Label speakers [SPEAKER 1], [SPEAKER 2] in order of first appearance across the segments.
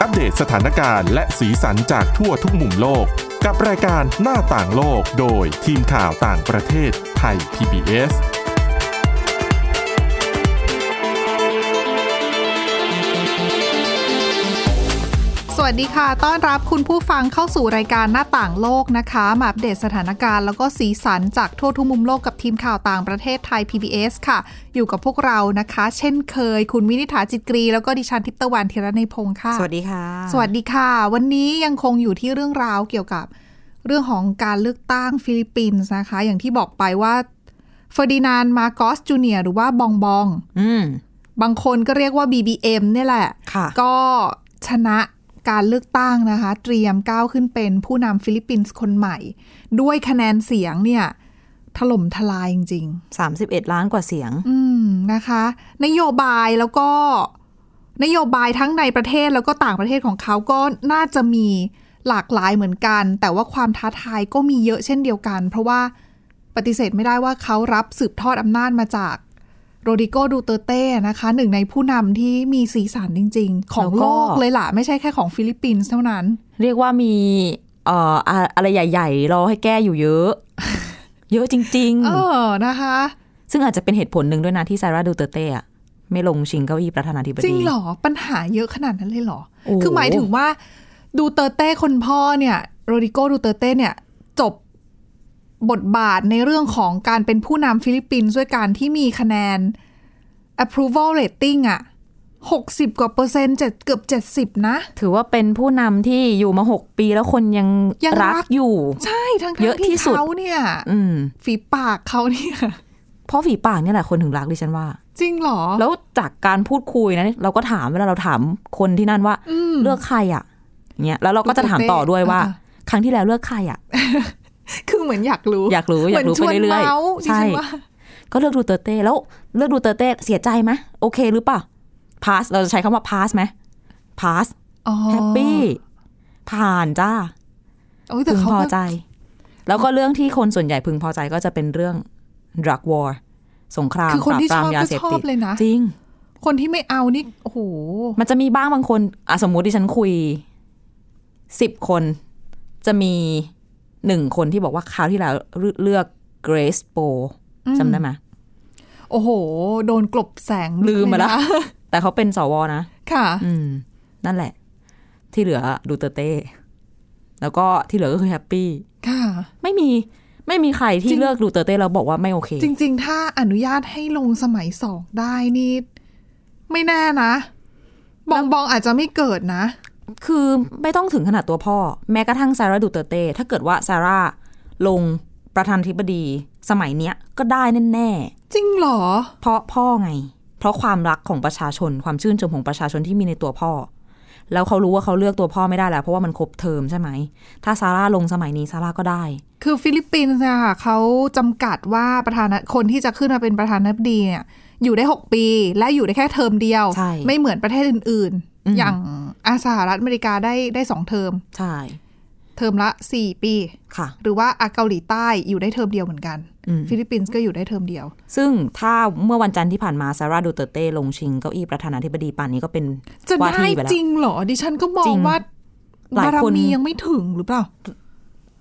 [SPEAKER 1] อัปเดตสถานการณ์และสีสันจากทั่วทุกมุมโลก กับรายการหน้าต่างโลกโดยทีมข่าวต่างประเทศไทย PBS
[SPEAKER 2] สวัสดีค่ะ ต้อนรับคุณผู้ฟังเข้าสู่รายการหน้าต่างโลกนะคะ มาอัปเดตสถานการณ์แล้วก็สีสันจากทั่วทุกมุมโลกกับทีมข่าวต่างประเทศไทย PBS ค่ะ อยู่กับพวกเรานะคะ เช่นเคย คุณวินิษฐาจิตกรี แล้วก็ดิฉันทิพย์ตะวันธีรนัยพงค์ค่ะ
[SPEAKER 3] สวัสดีค่ะ
[SPEAKER 2] สวัสดีค่ะ วันนี้ยังคงอยู่ที่เรื่องราวเกี่ยวกับเรื่องของการเลือกตั้งฟิลิปปินส์นะคะ อย่างที่บอกไปว่าเฟอร์ดินานมาโกสจูเนียหรือว่าบองบอง
[SPEAKER 3] อืม
[SPEAKER 2] บางคนก็เรียกว่า BBM เนี่ยแหละ
[SPEAKER 3] ค่ะ
[SPEAKER 2] ก็ชนะการเลือกตั้งนะคะ เตรียมก้าวขึ้นเป็นผู้นำฟิลิปปินส์คนใหม่ ด้วยคะแนนเสียงเนี่ย ถล่มทลายจริง
[SPEAKER 3] 31 ล้านกว่าเสียง
[SPEAKER 2] ๆ อืมนะคะ นโยบายแล้วก็นโยบายทั้งในประเทศแล้วก็ต่างประเทศของเขาก็น่าจะมีหลากหลายเหมือนกัน แต่ว่าความท้าทายก็มีเยอะเช่นเดียวกัน เพราะว่าปฏิเสธไม่ได้ว่าเขารับสืบทอดอำนาจมาจากโรดิโกดูเตอร์เต้นะคะหนึ่งในผู้นำที่มีสีสันจริง ๆ ของ
[SPEAKER 3] แล้วก็
[SPEAKER 2] โลกเลยล่ะ ไม่ใช่แค่ของฟิลิปปินส์เท่านั้น
[SPEAKER 3] เรียกว่ามีเอ่ออะอะไรใหญ่ๆ รอให้แก้อยู่เยอะ เยอะจริง
[SPEAKER 2] เออนะคะ
[SPEAKER 3] ๆ ซึ่งอาจจะเป็นเหตุผลหนึ่งด้วยนะที่ซาร่าดูเตอร์เต้อะไม่ลงชิงเก้าอี้ประธานาธิบดี
[SPEAKER 2] จริงเหรอ ปัญหาเยอะขนาดนั้นเลยเหรอ
[SPEAKER 3] โอ้โห
[SPEAKER 2] คือหมายถึงว่าดูเตอร์เต้คนพ่อเนี่ยโรดิโกดูเตอร์เต้เนี่ย จบบทบาทในเรื่องของการเป็นผู้นำฟิลิปปินส์ด้วยการที่มีคะแนน approval rating อะ60 กว่าเปอร์เซ็นต์เจ็ดเกือบ 70 นะ
[SPEAKER 3] ถือว่าเป็นผู้นำที่อยู่มา 6 ปีแล้วคนยัง
[SPEAKER 2] ยังรั
[SPEAKER 3] รั
[SPEAKER 2] ก
[SPEAKER 3] กอยู่
[SPEAKER 2] ใช่ทั้งๆ
[SPEAKER 3] เยอะที่
[SPEAKER 2] ที่
[SPEAKER 3] สุด
[SPEAKER 2] เขาเนี่ย
[SPEAKER 3] อืม
[SPEAKER 2] ฝีปากเขาเนี่ย
[SPEAKER 3] เพราะฝีปากเนี่ยแหละคนถึงรักดิฉันว่า
[SPEAKER 2] จริงเหรอ
[SPEAKER 3] แล้วจากการพูดคุยนะเราก็ถามเวลาเราถามคนที่นั่นว่า
[SPEAKER 2] อืม
[SPEAKER 3] เลือกใครอ่ะเงี้ยแล้วเราก็จะถาม
[SPEAKER 2] ดูเตอร์เต้
[SPEAKER 3] ต่อด้วยว่า
[SPEAKER 2] อ่า
[SPEAKER 3] ครั้งที่แล้วเลือกใครอ่ะ
[SPEAKER 2] คือเหมือนอยากรู้
[SPEAKER 3] อยากรู้อยากรู้
[SPEAKER 2] หมืนชวน
[SPEAKER 3] ไปเรื่อยๆ
[SPEAKER 2] มาส์ดิ
[SPEAKER 3] ใช่
[SPEAKER 2] ฉันว่า
[SPEAKER 3] ก็เลือกดูเตอร์เต้แล้วเลือกดูเตอร์เต้เสียใจไหมโอเคหรือเปล่าพาสเราจะใช้คำว่าพาสไหมพาส
[SPEAKER 2] อ๋อ
[SPEAKER 3] แฮปปี้ผ่านจ้า
[SPEAKER 2] โอ้ยแต่
[SPEAKER 3] พึง
[SPEAKER 2] เขา
[SPEAKER 3] พอ
[SPEAKER 2] ก็
[SPEAKER 3] ใจ แล้วก็เรื่องที่คนส่วนใหญ่พึงพอใจก็จะเป็นเรื่อง drug war สงคราม
[SPEAKER 2] คือคนที่
[SPEAKER 3] ปราบ
[SPEAKER 2] ชอบ
[SPEAKER 3] ปรามยาเสพ
[SPEAKER 2] ก็ช
[SPEAKER 3] ติ
[SPEAKER 2] อ
[SPEAKER 3] ด
[SPEAKER 2] บเลยนะ
[SPEAKER 3] จริง
[SPEAKER 2] คนที่ไม่เอานี่โอ้โห
[SPEAKER 3] มันจะมีบ้างบางคนอ่ะสมมุติที่ฉันคุยสิบคน จะมีหนึ่งคนที่บอกว่าคราวที่แล้วเลือกเกรซโปจำได้ไหม
[SPEAKER 2] โอ้โห โดนกลบแสง
[SPEAKER 3] ลืมมาแล้ว
[SPEAKER 2] เยนะ
[SPEAKER 3] แต่เขาเป็นสวนะ
[SPEAKER 2] ค่ะ
[SPEAKER 3] อืม นั่นแหละ ที่เหลือดูเตอร์เต้ แล้วก็ที่เหลือก็คือแฮปปี้
[SPEAKER 2] ค่ะ
[SPEAKER 3] ไม่มีไม่มีใคร
[SPEAKER 2] จริ
[SPEAKER 3] ที่
[SPEAKER 2] ง
[SPEAKER 3] เลือกดูเตอร์เต้แล้วบอกว่าไม่โอเค
[SPEAKER 2] จริง ๆ ถ้าอนุญาตให้ลงสมัยสองได้นี่ ไม่แน่นะ บองบองอาจจะไม่เกิดนะ
[SPEAKER 3] คือไม่ต้องถึงขนาดตัวพ่อ แม้กระทั่งซาร่าดูเตอร์เต้ถ้าเกิดว่าซาร่าลงประธานาธิบดี สมัยเนี้ยก็ได้แน่ๆ
[SPEAKER 2] จริงเหรอ
[SPEAKER 3] เพราะพ่อไง เพราะความรักของประชาชน ความชื่นชมของประชาชนที่มีในตัวพ่อ แล้วเขารู้ว่าเขาเลือกตัวพ่อไม่ได้แล้ว เพราะว่ามันครบเทอมใช่ไหม ถ้าซาร่าลงสมัยนี้ซาร่าก็ได้
[SPEAKER 2] คือฟิลิปปินส์อะค่ะเขาจำกัดว่าประธานาคนที่จะขึ้นมาเป็นประธานาธิบดีเนี่ย อยู่ได้ 6 ปี และอยู่ได้แค่เทอมเดียว
[SPEAKER 3] ใช่
[SPEAKER 2] ไม่เหมือนประเทศอื่น
[SPEAKER 3] อืม
[SPEAKER 2] ๆ อย่างอาสหรัฐอเมริกาได้ได้สองเทอม
[SPEAKER 3] ใช่
[SPEAKER 2] เทอมละ 4 ปี
[SPEAKER 3] ค่ะ
[SPEAKER 2] หรือว่าอาเกาหลีใต้อยู่ได้เทอมเดียวเหมือนกัน
[SPEAKER 3] อืม
[SPEAKER 2] ฟิลิปปินส์ก็อยู่ได้เทอมเดียว
[SPEAKER 3] ซึ่งถ้าเมื่อวันจันทร์ที่ผ่านมาซาร่าดูเตอร์เต้ลงชิงเก้าอี้ประธานาธิบดีป่านนี้ก็เป็น
[SPEAKER 2] จะ
[SPEAKER 3] ว่า
[SPEAKER 2] ได้
[SPEAKER 3] ที่ไปแล้ว
[SPEAKER 2] จริงเหรอ ดิฉันก็มอ
[SPEAKER 3] จริ
[SPEAKER 2] ง
[SPEAKER 3] ง
[SPEAKER 2] ว่า
[SPEAKER 3] หลาย
[SPEAKER 2] บาร
[SPEAKER 3] คน
[SPEAKER 2] มียังไม่ถึงหรือเปล่า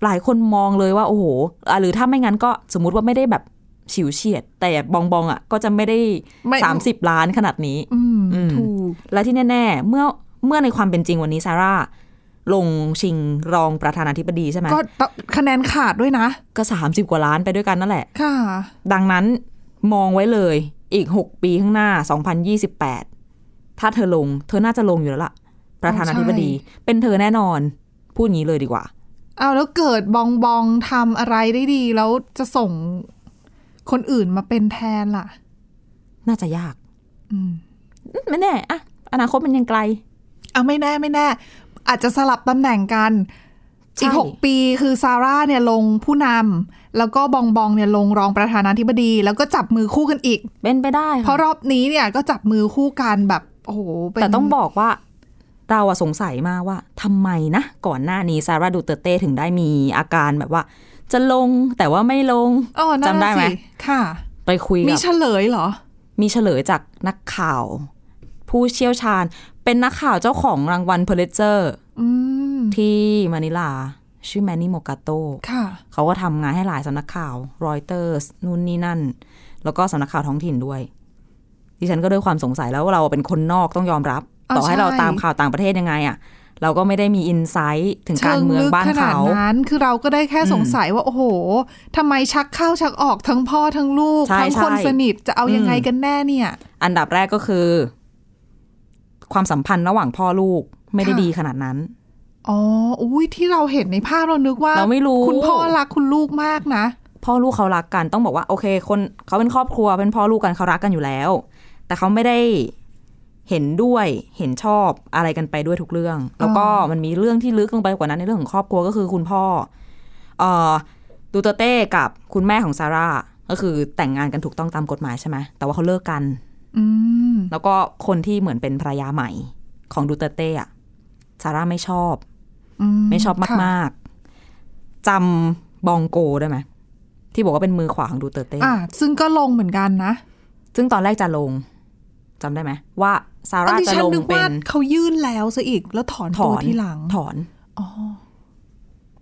[SPEAKER 3] หลายคนมองเลยว่าโอ้โหอ่ะหรือถ้าไม่งั้นก็สมมุติว่าไม่ได้แบบฉิวเฉียด แต่บองบองๆอ่ะก็จะไม่ได้
[SPEAKER 2] ไม่
[SPEAKER 3] สามสิบล้านขนาดนี้
[SPEAKER 2] อืม
[SPEAKER 3] อืม
[SPEAKER 2] ถูก
[SPEAKER 3] และที่แน่ๆ เมื่อเมื่อในความเป็นจริงวันนี้ซาร่าลงชิงรองประธานาธิบดีใช่ไหม
[SPEAKER 2] ก็คะแนนขาดด้วยนะ
[SPEAKER 3] ก็สามสิบกว่าล้านไปด้วยกันนั่นแหละ
[SPEAKER 2] ค่ะ
[SPEAKER 3] ดังนั้นมองไว้เลยอีกหกปีข้างหน้าสองพันยี่สิบแปดถ้าเธอลง เธอน่าจะลงอยู่แล้วล่ะ ประธานาธิบดี เป็นเธอแน่นอน พูดงี้เลยดีกว่า
[SPEAKER 2] เอาแล้วเกิดบองบองทำอะไรได้ดี แล้วจะส่งคนอื่นมาเป็นแทนล่ะ
[SPEAKER 3] น่าจะยาก
[SPEAKER 2] อืม
[SPEAKER 3] อืมไม่แน่อะอนาคตมันยังไกล
[SPEAKER 2] เอาไม่แน่ไม่แน่ อาจจะสลับตำแหน่งกัน
[SPEAKER 3] ใช่
[SPEAKER 2] อีก 6 ปีคือซาร่าเนี่ยลงผู้นำแล้วก็บองบองเนี่ยลงรองประธานาธิบดี แล้วก็จับมือคู่กันอีก
[SPEAKER 3] เป็นไปได้
[SPEAKER 2] เพ
[SPEAKER 3] ค่ะ
[SPEAKER 2] ราะรอบนี้เนี่ยก็จับมือคู่กันแบบโอ้โหเป็น
[SPEAKER 3] แต่ต้องบอกว่า เราอะสงสัยมากว่าทำไมนะ ก่อนหน้านี้ซาร่าดูเตอร์เต้ถึงได้มีอาการแบบว่า จะลงแต่ว่าไม่ลง
[SPEAKER 2] อ๋อนั่น
[SPEAKER 3] จำได้
[SPEAKER 2] น่ะ
[SPEAKER 3] ไหม
[SPEAKER 2] สิค่ะ
[SPEAKER 3] ไปคุย
[SPEAKER 2] มี
[SPEAKER 3] กับ
[SPEAKER 2] เฉลยเหรอ
[SPEAKER 3] มีเฉลยจากนักข่าว ผู้เชี่ยวชาญ เป็นนักข่าวเจ้าของรางวัลเพลเจอร์
[SPEAKER 2] อืม
[SPEAKER 3] ที่มะนิลา ชื่อแมนนี่โมกาโต
[SPEAKER 2] ค่ะ
[SPEAKER 3] เขาก็ทำงานให้หลายสำนักข่าวรอยเตอร์สนู่นนี่นั่น แล้วก็สำนักข่าวท้องถิ่นด้วย ดิฉันก็ด้วยความสงสัยแล้วว่าเราเป็นคนนอกต้องยอมรับ
[SPEAKER 2] อ้าว
[SPEAKER 3] ต่อให้
[SPEAKER 2] ใช่
[SPEAKER 3] เราตามข่าวต่างประเทศยังไงอะเราก็ไม่ได้มีอินไซต์ถึงการเมืองบ้าน
[SPEAKER 2] ชิลึกขนาด
[SPEAKER 3] เขา
[SPEAKER 2] นั้น คือเราก็ได้แค่สงสัยว่า โอ้โหทำไมชักเข้าชักออกทั้งพ่อทั้งลูก
[SPEAKER 3] ใช่
[SPEAKER 2] ทั้งคน
[SPEAKER 3] ใช่
[SPEAKER 2] สนิทจะเอายังไง
[SPEAKER 3] อืม
[SPEAKER 2] กันแน่เนี่ย
[SPEAKER 3] อันดับแรกก็คือ ความสัมพันธ์ระหว่างพ่อลูกไม่ได้
[SPEAKER 2] ค่ะ
[SPEAKER 3] ดีขนาดนั้น
[SPEAKER 2] อ๋อ อุ้ยที่เราเห็นในภาพเรานึกว่า
[SPEAKER 3] เราไม่รู้
[SPEAKER 2] คุณพ่อรักคุณลูกมากนะ
[SPEAKER 3] พ่อลูกเขารักกันต้องบอกว่าโอเค คนเขาเป็นครอบครัวเป็นพ่อลูกกันเขารักกันอยู่แล้ว แต่เขาไม่ได้เห็นด้วยเห็นชอบอะไรกันไปด้วยทุกเรื่อง แล้วก็มันมีเรื่องที่ลึกลงไปกว่านั้นในเรื่องของครอบครัวก็คือคุณพ่อเอ่อดูเตอร์เต้กับคุณแม่ของซาร่าก็คือแต่งงานกันถูกต้องตามกฎหมายใช่ไหมแต่ว่าเขาเลิกกัน
[SPEAKER 2] อืม
[SPEAKER 3] แล้วก็คนที่เหมือนเป็นภรรยาใหม่ของดูเตอร์เต้อะซาร่าไม่ชอบ
[SPEAKER 2] อื
[SPEAKER 3] ไม่ชอบ
[SPEAKER 2] ค่ะ
[SPEAKER 3] มากๆจำบองโกได้ไหมที่บอกว่าเป็นมือขวาของดูเตอร์เต้
[SPEAKER 2] อ่ะซึ่งก็ลงเหมือนกันนะ
[SPEAKER 3] ซึ่งตอนแรกจะลงจำได้ไหมว่าซา
[SPEAKER 2] อั
[SPEAKER 3] ร่าน
[SPEAKER 2] ที่
[SPEAKER 3] จะ
[SPEAKER 2] ฉัน
[SPEAKER 3] ลง
[SPEAKER 2] นึก
[SPEAKER 3] เป็
[SPEAKER 2] ว่าน เขายื่นแล้วซะอีก แล้วถอน
[SPEAKER 3] ถ
[SPEAKER 2] ตั
[SPEAKER 3] อ
[SPEAKER 2] วน ทีหลัง
[SPEAKER 3] ถอน
[SPEAKER 2] อ๋อ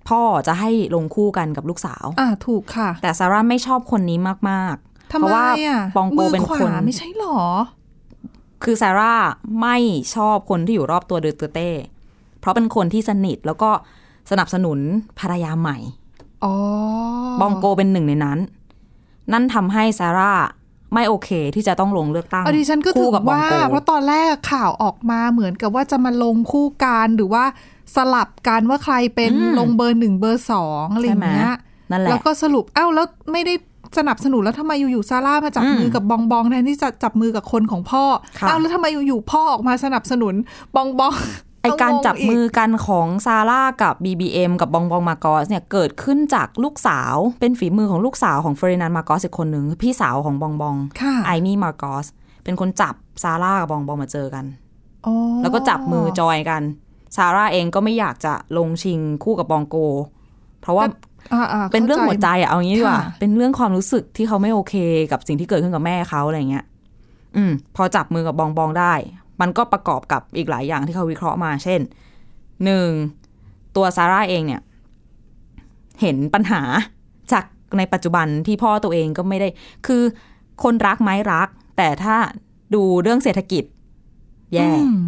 [SPEAKER 3] พ่อจะให้ลงคู่กันกับลูกสาว
[SPEAKER 2] อ่ะถูกค่ะ
[SPEAKER 3] แต่ซาร่าไม่ชอบคนนี้มาก
[SPEAKER 2] ทำไม
[SPEAKER 3] เพราะว่า
[SPEAKER 2] อ่ะ
[SPEAKER 3] ปองโก
[SPEAKER 2] มือ
[SPEAKER 3] เป็น
[SPEAKER 2] ขวา
[SPEAKER 3] คน
[SPEAKER 2] ไม่ใช่หรอ
[SPEAKER 3] ๆ คือซาร่าไม่ชอบคนที่อยู่รอบตัวเดอเตอร์เต้ เพราะเป็นคนที่สนิทแล้วก็สนับสนุนภรรยาใหม่
[SPEAKER 2] อ๋อบ
[SPEAKER 3] องโกเป็นหนึ่งในนั้น นั่นทำให้ซาร่าไม่โอเคที่จะต้องลงเลือกตั้ง
[SPEAKER 2] อะดิฉันก็ถึ
[SPEAKER 3] คู่
[SPEAKER 2] ง
[SPEAKER 3] กับบอง
[SPEAKER 2] ว่า
[SPEAKER 3] โก
[SPEAKER 2] เพราะตอนแรกข่าวออกมาเหมือนกับว่าจะมาลงคู่กันหรือว่าสลับกันว่าใครเป็น
[SPEAKER 3] อืม
[SPEAKER 2] ลงเบอร์หนึ่งเบอร์สองอะไรอ
[SPEAKER 3] ใช่
[SPEAKER 2] ย่าง
[SPEAKER 3] ไหม
[SPEAKER 2] เงี้ย
[SPEAKER 3] นั่นแหละ
[SPEAKER 2] แล้วก็สรุปเอ้าแล้วไม่ได้สนับสนุนแล้วทำไมอยู่ๆซาร่ามาจับ
[SPEAKER 3] อืม
[SPEAKER 2] มือกับบองบองแทนที่จะจับมือกับคนของพ่อ
[SPEAKER 3] ค่ะ
[SPEAKER 2] เอ้าแล้วทำไมอยู่ๆพ่อออกมาสนับสนุนบองบอง
[SPEAKER 3] ไอการ
[SPEAKER 2] เงง
[SPEAKER 3] จับมือกันของซาร่ากับ BBM กับบองบองมาร์กอสเนี่ยเกิดขึ้นจากลูกสาวเป็นฝีมือของลูกสาวของเฟรนันมาร์กอสอีกคนหนึ่งพี่สาวของบองบอง
[SPEAKER 2] ค่ะ
[SPEAKER 3] ไอมี่มาร์กอสเป็นคนจับซาร่ากับบองบองมาเจอกัน
[SPEAKER 2] อ๋อ
[SPEAKER 3] แล้วก็จับมือจอยกันซาร่าเองก็ไม่อยากจะลงชิงคู่กับบองโก เพราะว่า
[SPEAKER 2] อ่าๆ
[SPEAKER 3] เป็นเรื่องหัวใจ
[SPEAKER 2] ข้า
[SPEAKER 3] อะเอางี้ดีกว่า
[SPEAKER 2] ค่ะ
[SPEAKER 3] เป็นเรื่องความรู้สึกที่เขาไม่โอเคกับสิ่งที่เกิดขึ้นกับแม่เขาอะไรเงี้ยอืม พอจับมือกับบองบองได้ มันก็ประกอบกับอีกหลายอย่างที่เขาวิเคราะห์มา เช่น หนึ่งตัวซาร่าเองเนี่ย เห็นปัญหาจากในปัจจุบันที่พ่อตัวเองก็ไม่ได้ คือคนรักไหมรัก แต่ถ้าดูเรื่องเศรษฐกิจ แย่
[SPEAKER 2] อืม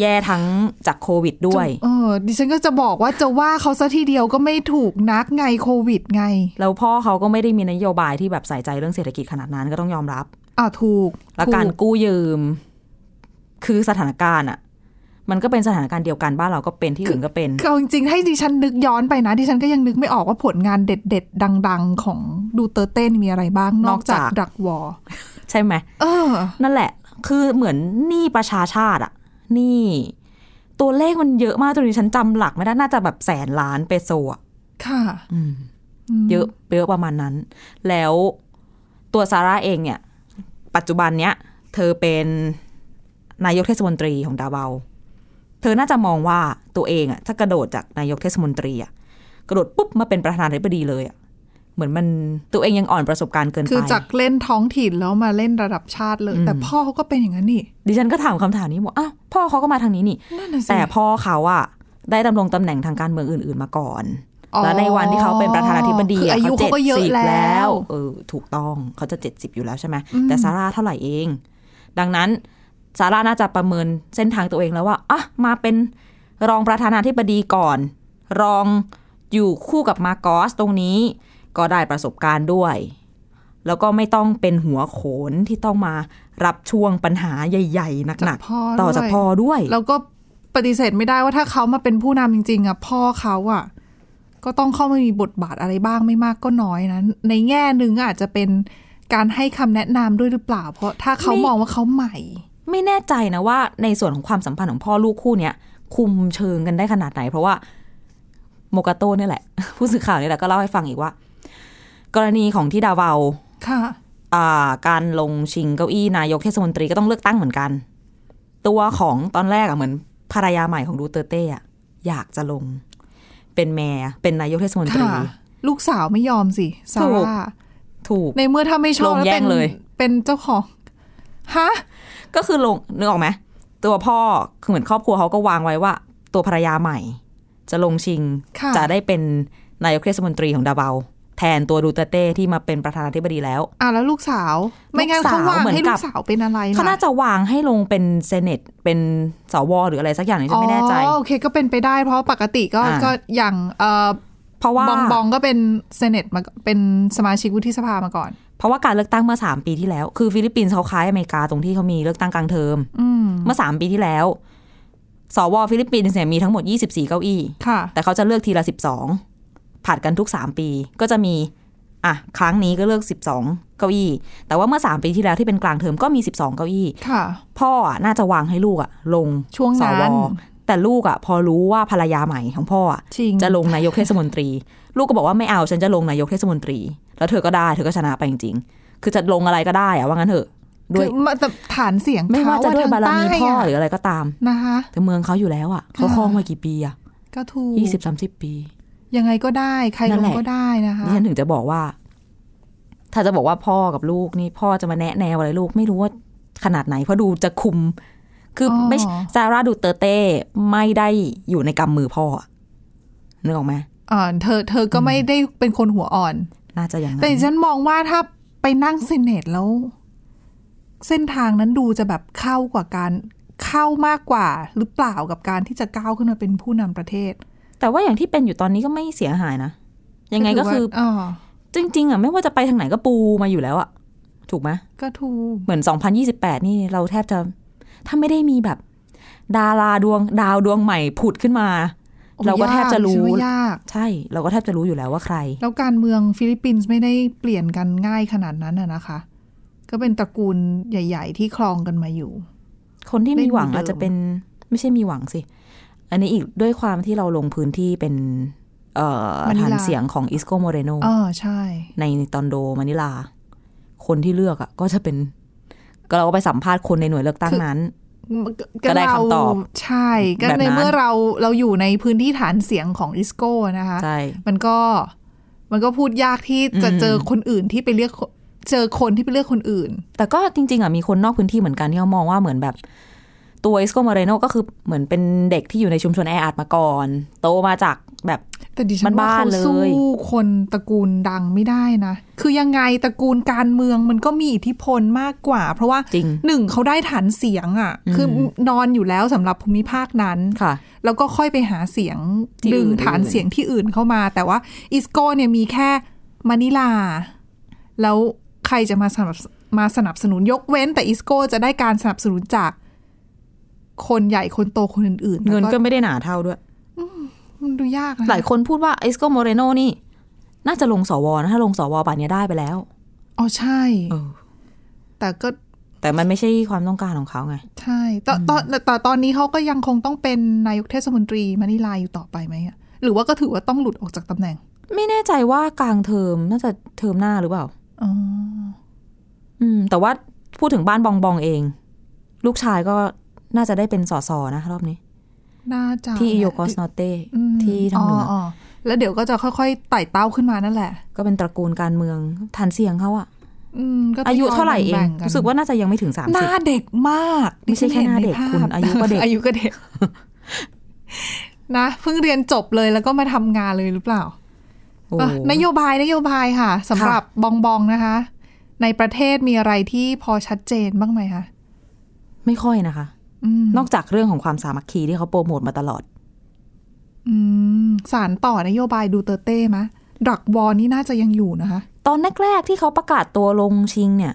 [SPEAKER 3] แย่ทั้งจากโควิดด้วย
[SPEAKER 2] เออดิฉันก็จะบอกว่าจะว่าเขาซะทีเดียวก็ไม่ถูกนักไงโควิดไง
[SPEAKER 3] แล้วพ่อเขาก็ไม่ได้มีนโยบายที่แบบใส่ใจเรื่องเศรษฐกิจขนาดนั้นก็ต้องยอมรับ
[SPEAKER 2] อ่าถูก
[SPEAKER 3] และการ
[SPEAKER 2] ถู
[SPEAKER 3] กู้ยืม คือสถานการณ์อ่ะ มันก็เป็นสถานการณ์เดียวกันบ้านเราก็เป็นที่อื่นก็เป็น
[SPEAKER 2] คือเอาจริงๆให้ดิฉันนึกย้อนไปนะ ดิฉันก็ยังนึกไม่ออกว่าผลงานเด็ด ๆ ดัง ๆ ของดูเตอร์เต้นมีอะไรบ้างนอกจาก
[SPEAKER 3] นอกจาก
[SPEAKER 2] ดักวอร์
[SPEAKER 3] ใช่ไหม
[SPEAKER 2] เออ
[SPEAKER 3] นั่นแหละ คือเหมือนหนี้ประชาชาติอะหนี้ตัวเลขมันเยอะมากจนดิฉันจำหลักไม่ได้ น่าจะแบบแสนล้านเปโซอะ
[SPEAKER 2] ค่ะ
[SPEAKER 3] อืม
[SPEAKER 2] ม
[SPEAKER 3] เยอะเยอะประมาณนั้น แล้วตัวซาร่าเองเนี่ย ปัจจุบันเนี้ย เธอเป็นนายกเทศมนตรีของดาวเบา เธอน่าจะมองว่าตัวเองอะถ้ากระโดดจากนายกเทศมนตรีอะกระโดดปุ๊บมาเป็นประธานาธิบดีเลยอะเหมือนมันตัวเองยังอ่อนประสบการณ์เกินไป
[SPEAKER 2] คือจากเล่นท้องถิ่นแล้วมาเล่นระดับชาติเลย
[SPEAKER 3] อืม
[SPEAKER 2] แต่พ่อเขาก็เป็นอย่างนั้นนี่
[SPEAKER 3] ดิฉันก็ถามคำถามนี้ว่าอ้าวพ่อเขาก็มาทางนี้นี่
[SPEAKER 2] นั่นน่ะสิ
[SPEAKER 3] แต่พ่อเขาอะได้ดำรงตำแหน่งทางการเมืองอื่น ๆมาก่อน
[SPEAKER 2] อ๋อ
[SPEAKER 3] แล้วในวันที่เขาเป็นประธานาธิบดี
[SPEAKER 2] คืออายุเขาก็เยอะ
[SPEAKER 3] 70
[SPEAKER 2] แล้ว
[SPEAKER 3] เออ ถูกต้องเขาจะเจ็ดสิบอยู่แล้วใช่ไหม
[SPEAKER 2] อืม
[SPEAKER 3] แต่ซาร่าเท่าไหร่เอง ดังนั้นซาร่าน่าจะประเมินเส้นทางตัวเองแล้วว่าอ่ะมาเป็นรองประธานาธิบดีก่อน รองอยู่คู่กับมาร์กอสตรงนี้ ก็ได้ประสบการณ์ด้วย แล้วก็ไม่ต้องเป็นหัวโขนที่ต้องมารับช่วงปัญหาใหญ่ๆหนัก
[SPEAKER 2] พ่อ
[SPEAKER 3] ๆต่อจากพ่อ
[SPEAKER 2] ด้วย
[SPEAKER 3] ด้วย
[SPEAKER 2] แล้วก็ปฏิเสธไม่ได้ว่าถ้าเขามาเป็นผู้นำจริง ๆอ่ะพ่อเขาอ่ะ ก็ต้องเข้ามามีบทบาทอะไรบ้างไม่มากก็น้อยนะในแง่หนึ่งอาจจะเป็นการให้คำแนะนำด้วยหรือเปล่า เพราะถ้าเขา
[SPEAKER 3] ไม่
[SPEAKER 2] มองว่าเขาใหม่
[SPEAKER 3] ไม่แน่ใจนะว่าในส่วนของความสัมพันธ์ของพ่อลูกคู่เนี้ยคุมเชิงกันได้ขนาดไหน เพราะว่าโมกาโต้เนี่ยแหละ ผู้สื่อข่าวเนี่ยแหละก็เล่าให้ฟังอีกว่า กรณีของที่ดาวเวา
[SPEAKER 2] ค่ะ
[SPEAKER 3] อ่าการลงชิงเก้าอี้นายกเทศมนตรีก็ต้องเลือกตั้งเหมือนกัน ตัวของตอนแรกอะเหมือนภรรยาใหม่ของดูเตอร์เต้อะอยากจะลง เป็นแม่เป็นนายกเทศมนตรี
[SPEAKER 2] ค่ะ ลูกสาวไม่ยอมสิซา
[SPEAKER 3] ถูก
[SPEAKER 2] ร่า
[SPEAKER 3] ถูก
[SPEAKER 2] ในเมื่อถ้าไม่ชอบ
[SPEAKER 3] ลงแย่ง
[SPEAKER 2] เป็น
[SPEAKER 3] เลย
[SPEAKER 2] เป็นเจ้าของฮะ
[SPEAKER 3] ก็คือลงนึกออกไหม ตัวพ่อคือเหมือนครอบครัวเขาก็วางไว้ว่า ตัวภรรยาใหม่ จะลงชิง
[SPEAKER 2] ค่ะ
[SPEAKER 3] จะได้เป็นนายกเทศมนตรีของดาเบาแทนตัวดูเตเต้ที่มาเป็นประธานาธิบดีแล้ว
[SPEAKER 2] อ่ะแล้วลูกสาว ไม่งั้น
[SPEAKER 3] ลูกสา
[SPEAKER 2] เขา
[SPEAKER 3] ว
[SPEAKER 2] วาง
[SPEAKER 3] เหมือน
[SPEAKER 2] ให้
[SPEAKER 3] กั
[SPEAKER 2] ลู
[SPEAKER 3] บ
[SPEAKER 2] กสาวเป็นอะไร
[SPEAKER 3] เขาน่า
[SPEAKER 2] ล่ะ
[SPEAKER 3] จะวางให้ลงเป็นเซเนตเป็นสวหรืออะไรสักอย่างหนึงฉันไม่แน่ใจ
[SPEAKER 2] อ๋อโอเคก็เป็นไปได้เพราะปกติก็
[SPEAKER 3] อ่า
[SPEAKER 2] ก็อย่างเอ่อ
[SPEAKER 3] เพราะว่า
[SPEAKER 2] บองบองก็เป็นเซเนตมาเป็นสมาชิกวุฒิสภามาก่อน
[SPEAKER 3] เพราะว่าการเลือกตั้งเมื่อ 3 ปีที่แล้ว คือฟิลิปปินส์เขาคล้ายอเมริกาตรงที่เขามีเลือกตั้งกลางเทอม
[SPEAKER 2] อืม
[SPEAKER 3] เมื่อ 3 ปีที่แล้ว สวฟิลิปปินส์เนี่ยมีทั้งหมด 24 เก้าอี้
[SPEAKER 2] ค่ะ
[SPEAKER 3] แต่เขาจะเลือกทีละ 12ผลัดกันทุก 3 ปี ก็จะมี อ่ะ ครั้งนี้ก็เลือก 12 เก้าอี้ แต่ว่าเมื่อ 3 ปีที่แล้วที่เป็นกลางเทอมก็มี 12 เก้าอี้
[SPEAKER 2] ค่ะ
[SPEAKER 3] พ่ออะน่าจะวางให้ลูกอะลง
[SPEAKER 2] ช่วง
[SPEAKER 3] ส
[SPEAKER 2] นั้
[SPEAKER 3] วน แต่ลูกอะพอรู้ว่าภรรยาใหม่ของพ่ออะ
[SPEAKER 2] จริง
[SPEAKER 3] จะลงนายกเทศมนตรี ลูกก็บอกว่าไม่เอาฉันจะลงนายกเทศมนตรี แล้วเธอก็ได้เธอก็ชนะไปจริงๆคือจะลงอะไรก็ได้อะว่างั้นเถอะด้
[SPEAKER 2] คื
[SPEAKER 3] วย
[SPEAKER 2] อมาแต่ฐานเสียง
[SPEAKER 3] ไม่ว่า
[SPEAKER 2] เข
[SPEAKER 3] จะด้วย
[SPEAKER 2] ทง
[SPEAKER 3] บารมี
[SPEAKER 2] ใต้
[SPEAKER 3] พ่อห
[SPEAKER 2] ะ
[SPEAKER 3] รืออะไรก็ตาม
[SPEAKER 2] นะคะ
[SPEAKER 3] แต่เมืองเขาอยู่แล้วอะเขา
[SPEAKER 2] ค่ะ
[SPEAKER 3] ครองมากี่ปีอะ
[SPEAKER 2] ก็ถูก
[SPEAKER 3] ยี่สิบสามสิบปี
[SPEAKER 2] ยังไงก็ได้ ใคร
[SPEAKER 3] นั่
[SPEAKER 2] ลง
[SPEAKER 3] นแหละ
[SPEAKER 2] ก็ได้นะคะ
[SPEAKER 3] นี่ฉันถึงจะบอกว่า ถ้าจะบอกว่าพ่อกับลูกนี่พ่อจะมาแนะแนวอะไรลูก ไม่รู้ว่าขนาดไหนเพราะดูจะคุม คืออ
[SPEAKER 2] อ
[SPEAKER 3] ไม่ใช่ซาร่าดูเตอร์เต้ไม่ได้อยู่ในกำมือพ่ออะนึกออกไหม
[SPEAKER 2] อ่าเธอเธอก็ไม่ได้เป็นคนหัวอ่อน
[SPEAKER 3] น่าจะอย่างนั้น
[SPEAKER 2] แต่ดิฉันมองว่าถ้าไปนั่งเซนเนตแล้ว เส้นทางนั้นดูจะแบบเข้ากว่าการเข้ามากกว่าหรือเปล่ากับการที่จะก้าวขึ้นมาเป็นผู้นำประเทศ
[SPEAKER 3] แต่ว่าอย่างที่เป็นอยู่ตอนนี้ก็ไม่เสียหายนะ ยังไงก็
[SPEAKER 2] ถืว่า
[SPEAKER 3] คือ
[SPEAKER 2] อ่า
[SPEAKER 3] จริง ๆอ่ะไม่ว่าจะไปทางไหนก็ปูมาอยู่แล้วอ่ะ ถูกไหม
[SPEAKER 2] ก็ถูก
[SPEAKER 3] เหมือน 2028 นี่เราแทบจะถ้าไม่ได้มีแบบ ดาราดวงดาวดวงใหม่ผุดขึ้นมา
[SPEAKER 2] โอ้
[SPEAKER 3] เราก็แทบจะรู้
[SPEAKER 2] ยากดิฉันว่ายาก
[SPEAKER 3] ใช่ เราก็แทบจะรู้อยู่แล้วว่าใคร
[SPEAKER 2] แล้วการเมืองฟิลิปปินส์ไม่ได้เปลี่ยนกันง่ายขนาดนั้นน่ะนะคะ ก็เป็นตระกูลใหญ่ ๆ ที่ครองกันมาอยู่
[SPEAKER 3] คนที่มีหวัง
[SPEAKER 2] เล่นเหมื
[SPEAKER 3] อา
[SPEAKER 2] อนเดิม
[SPEAKER 3] จจะเป็นไม่ใช่มีหวังสิ อันนี้อีกด้วยความที่เราลงพื้นที่เป็น เอ่อฐานเสียงของอิสโกโมเรโน
[SPEAKER 2] อ๋อใช่
[SPEAKER 3] ในตอนโดมะนิลา คนที่เลือกอ่ะ ก็จะเป็น ก็เราก็ไปสัมภาษณ์คนในหน่วยเลือกตั้งนั้น ก็ได้คำตอบ
[SPEAKER 2] ก็เราใช่ก็
[SPEAKER 3] แบบนั้
[SPEAKER 2] ใน
[SPEAKER 3] น
[SPEAKER 2] เมื่อเราเราอยู่ในพื้นที่ฐานเสียงของอิสโก้นะคะ
[SPEAKER 3] ใช่
[SPEAKER 2] มันก็มันก็พูดยากที่จะ
[SPEAKER 3] อืม
[SPEAKER 2] เจอคนอื่นที่ไปเลือกคนเจอคนที่ไปเลือกคนอื่น
[SPEAKER 3] แต่ก็จริง ๆอ่ะมีคนนอกพื้นที่เหมือนกันที่เขามองว่าเหมือนแบบตัวอิสโกมาเรโนก็คือเหมือนเป็นเด็กที่อยู่ในชุมชนแออัดมาก่อน โตมาจากแบบ
[SPEAKER 2] แต่ดิฉันว่า
[SPEAKER 3] บ้าน
[SPEAKER 2] เขา
[SPEAKER 3] ๆเลย
[SPEAKER 2] สู้คนตระกูลดังไม่ได้นะ คือยังไงตระกูลการเมืองมันก็มีอิทธิพลมากกว่า เพราะว่า
[SPEAKER 3] จริง
[SPEAKER 2] หนึ่งเขาได้ฐานเสียงอะ่ะ คือนอนอยู่แล้วสำหรับภูมิภาคนั้น
[SPEAKER 3] ค่ะ
[SPEAKER 2] แล้วก็ค่อยไปหาเสียง
[SPEAKER 3] ที่อื่
[SPEAKER 2] ดึ
[SPEAKER 3] น
[SPEAKER 2] งฐาน
[SPEAKER 3] อื่น
[SPEAKER 2] เสียงที่อื่นเข้ามา แต่ว่าอิสโก้เนี่ยมีแค่มะนิลา แล้วใครจะมาสนับมาสนับสนุนยกเว้น แต่อิสโก้จะได้การสนับสนุนจาก คนใหญ่คนโตคนอื่นๆ
[SPEAKER 3] เงิน
[SPEAKER 2] แล้ว
[SPEAKER 3] ก็ไม่ได้หนาเท่าด้วย
[SPEAKER 2] มันดูยากนะ
[SPEAKER 3] หลายคนพูดว่าอิสโกมาเรโนนี่ น่าจะลงสวนะถ้าลงสวป่านนี้ได้ไปแล้ว
[SPEAKER 2] อ๋อใช่
[SPEAKER 3] เออ
[SPEAKER 2] แต่ก็
[SPEAKER 3] แต่มันไม่ใช่ความต้องการของเขาไง
[SPEAKER 2] ใช่ตอนตอนแต่ตอนนี้เขาก็ยังคงต้องเป็นนายกเทศมนตรีมะนิลาอยู่ต่อไปไหมอะหรือว่าก็ถือว่าต้องหลุดออกจากตำแหน่ง
[SPEAKER 3] ไม่แน่ใจว่ากลางเทอมน่าจะเทอมหน้าหรือเปล่า
[SPEAKER 2] อ๋อ
[SPEAKER 3] อืมแต่ว่าพูดถึงบ้านบองบองเอง ลูกชายก็น่าจะได้เป็นสอสอนะรอบนี้
[SPEAKER 2] น่าจะ
[SPEAKER 3] ที่
[SPEAKER 2] แหละ
[SPEAKER 3] โยโกสนอเต้
[SPEAKER 2] อืม
[SPEAKER 3] ที่ทางเหนืออ
[SPEAKER 2] แล้วเดี๋ยวก็จะค่อยๆไต่เต้าขึ้นมานั่นแหละ
[SPEAKER 3] ก็เป็นตระกูลการเมืองฐานเสียงเขาอะ
[SPEAKER 2] อืมก็ท
[SPEAKER 3] อายุเท่าไหร่เอง
[SPEAKER 2] แบ่ๆน
[SPEAKER 3] รู้สึกว่าน่าจะยังไม่ถึงสาม
[SPEAKER 2] ห
[SPEAKER 3] สิ
[SPEAKER 2] น้า
[SPEAKER 3] บ
[SPEAKER 2] เด็กมาก
[SPEAKER 3] ไม่ใช่แค่หน้าเด็ก
[SPEAKER 2] ดิฉั
[SPEAKER 3] คุณ
[SPEAKER 2] ห็
[SPEAKER 3] อายุก็เด็ก
[SPEAKER 2] อายุก็เด็ก นะเพิ่งเรียนจบเลยแล้วก็มาทำงานเลยหรือเปล่า
[SPEAKER 3] โอ้
[SPEAKER 2] อ่ะนโยบายนโยบายค่ะสำหรับบองบองนะคะ ในประเทศมีอะไรที่พอชัดเจนบ้างไหมคะ
[SPEAKER 3] ไม่ค่อยนะคะ
[SPEAKER 2] อืม
[SPEAKER 3] นอกจากเรื่องของความสามัคคีที่เขาโปรโมทมาตลอด
[SPEAKER 2] อืมสารต่อนโยบายดูเตอร์เต้มะดรักวอลนี่น่าจะยังอยู่นะคะ
[SPEAKER 3] ตอนแรกๆที่เขาประกาศตัวลงชิงเนี่ย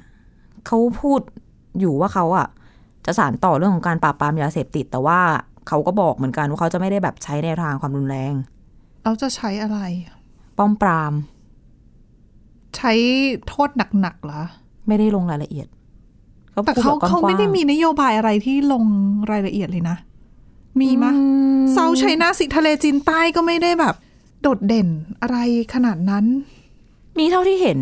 [SPEAKER 3] เขาพูดอยู่ว่าเขาอะจะสานต่อเรื่องของการปราบปรามยาเสพติด แต่ว่าเขาก็บอกเหมือนกันว่าเขาจะไม่ได้แบบใช้ในวทางความรุนแรง
[SPEAKER 2] เราจะใช้อะไร
[SPEAKER 3] ป้อมปราม
[SPEAKER 2] ใช้โทษหนักๆเหรอ
[SPEAKER 3] ไม่ได้ลงรายละเอียด
[SPEAKER 2] แต่
[SPEAKER 3] พู
[SPEAKER 2] เขา
[SPEAKER 3] บบกว้งๆ
[SPEAKER 2] เขาไม่ได้มีนโยบายอะไรที่ลงรายละเอียดเลยนะ มีมะ
[SPEAKER 3] อืม
[SPEAKER 2] เซาไชน่าสิทะเลจีนใต้ก็ไม่ได้แบบ โดดเด่นอะไรขนาดนั้น
[SPEAKER 3] มีเท่าที่เห็น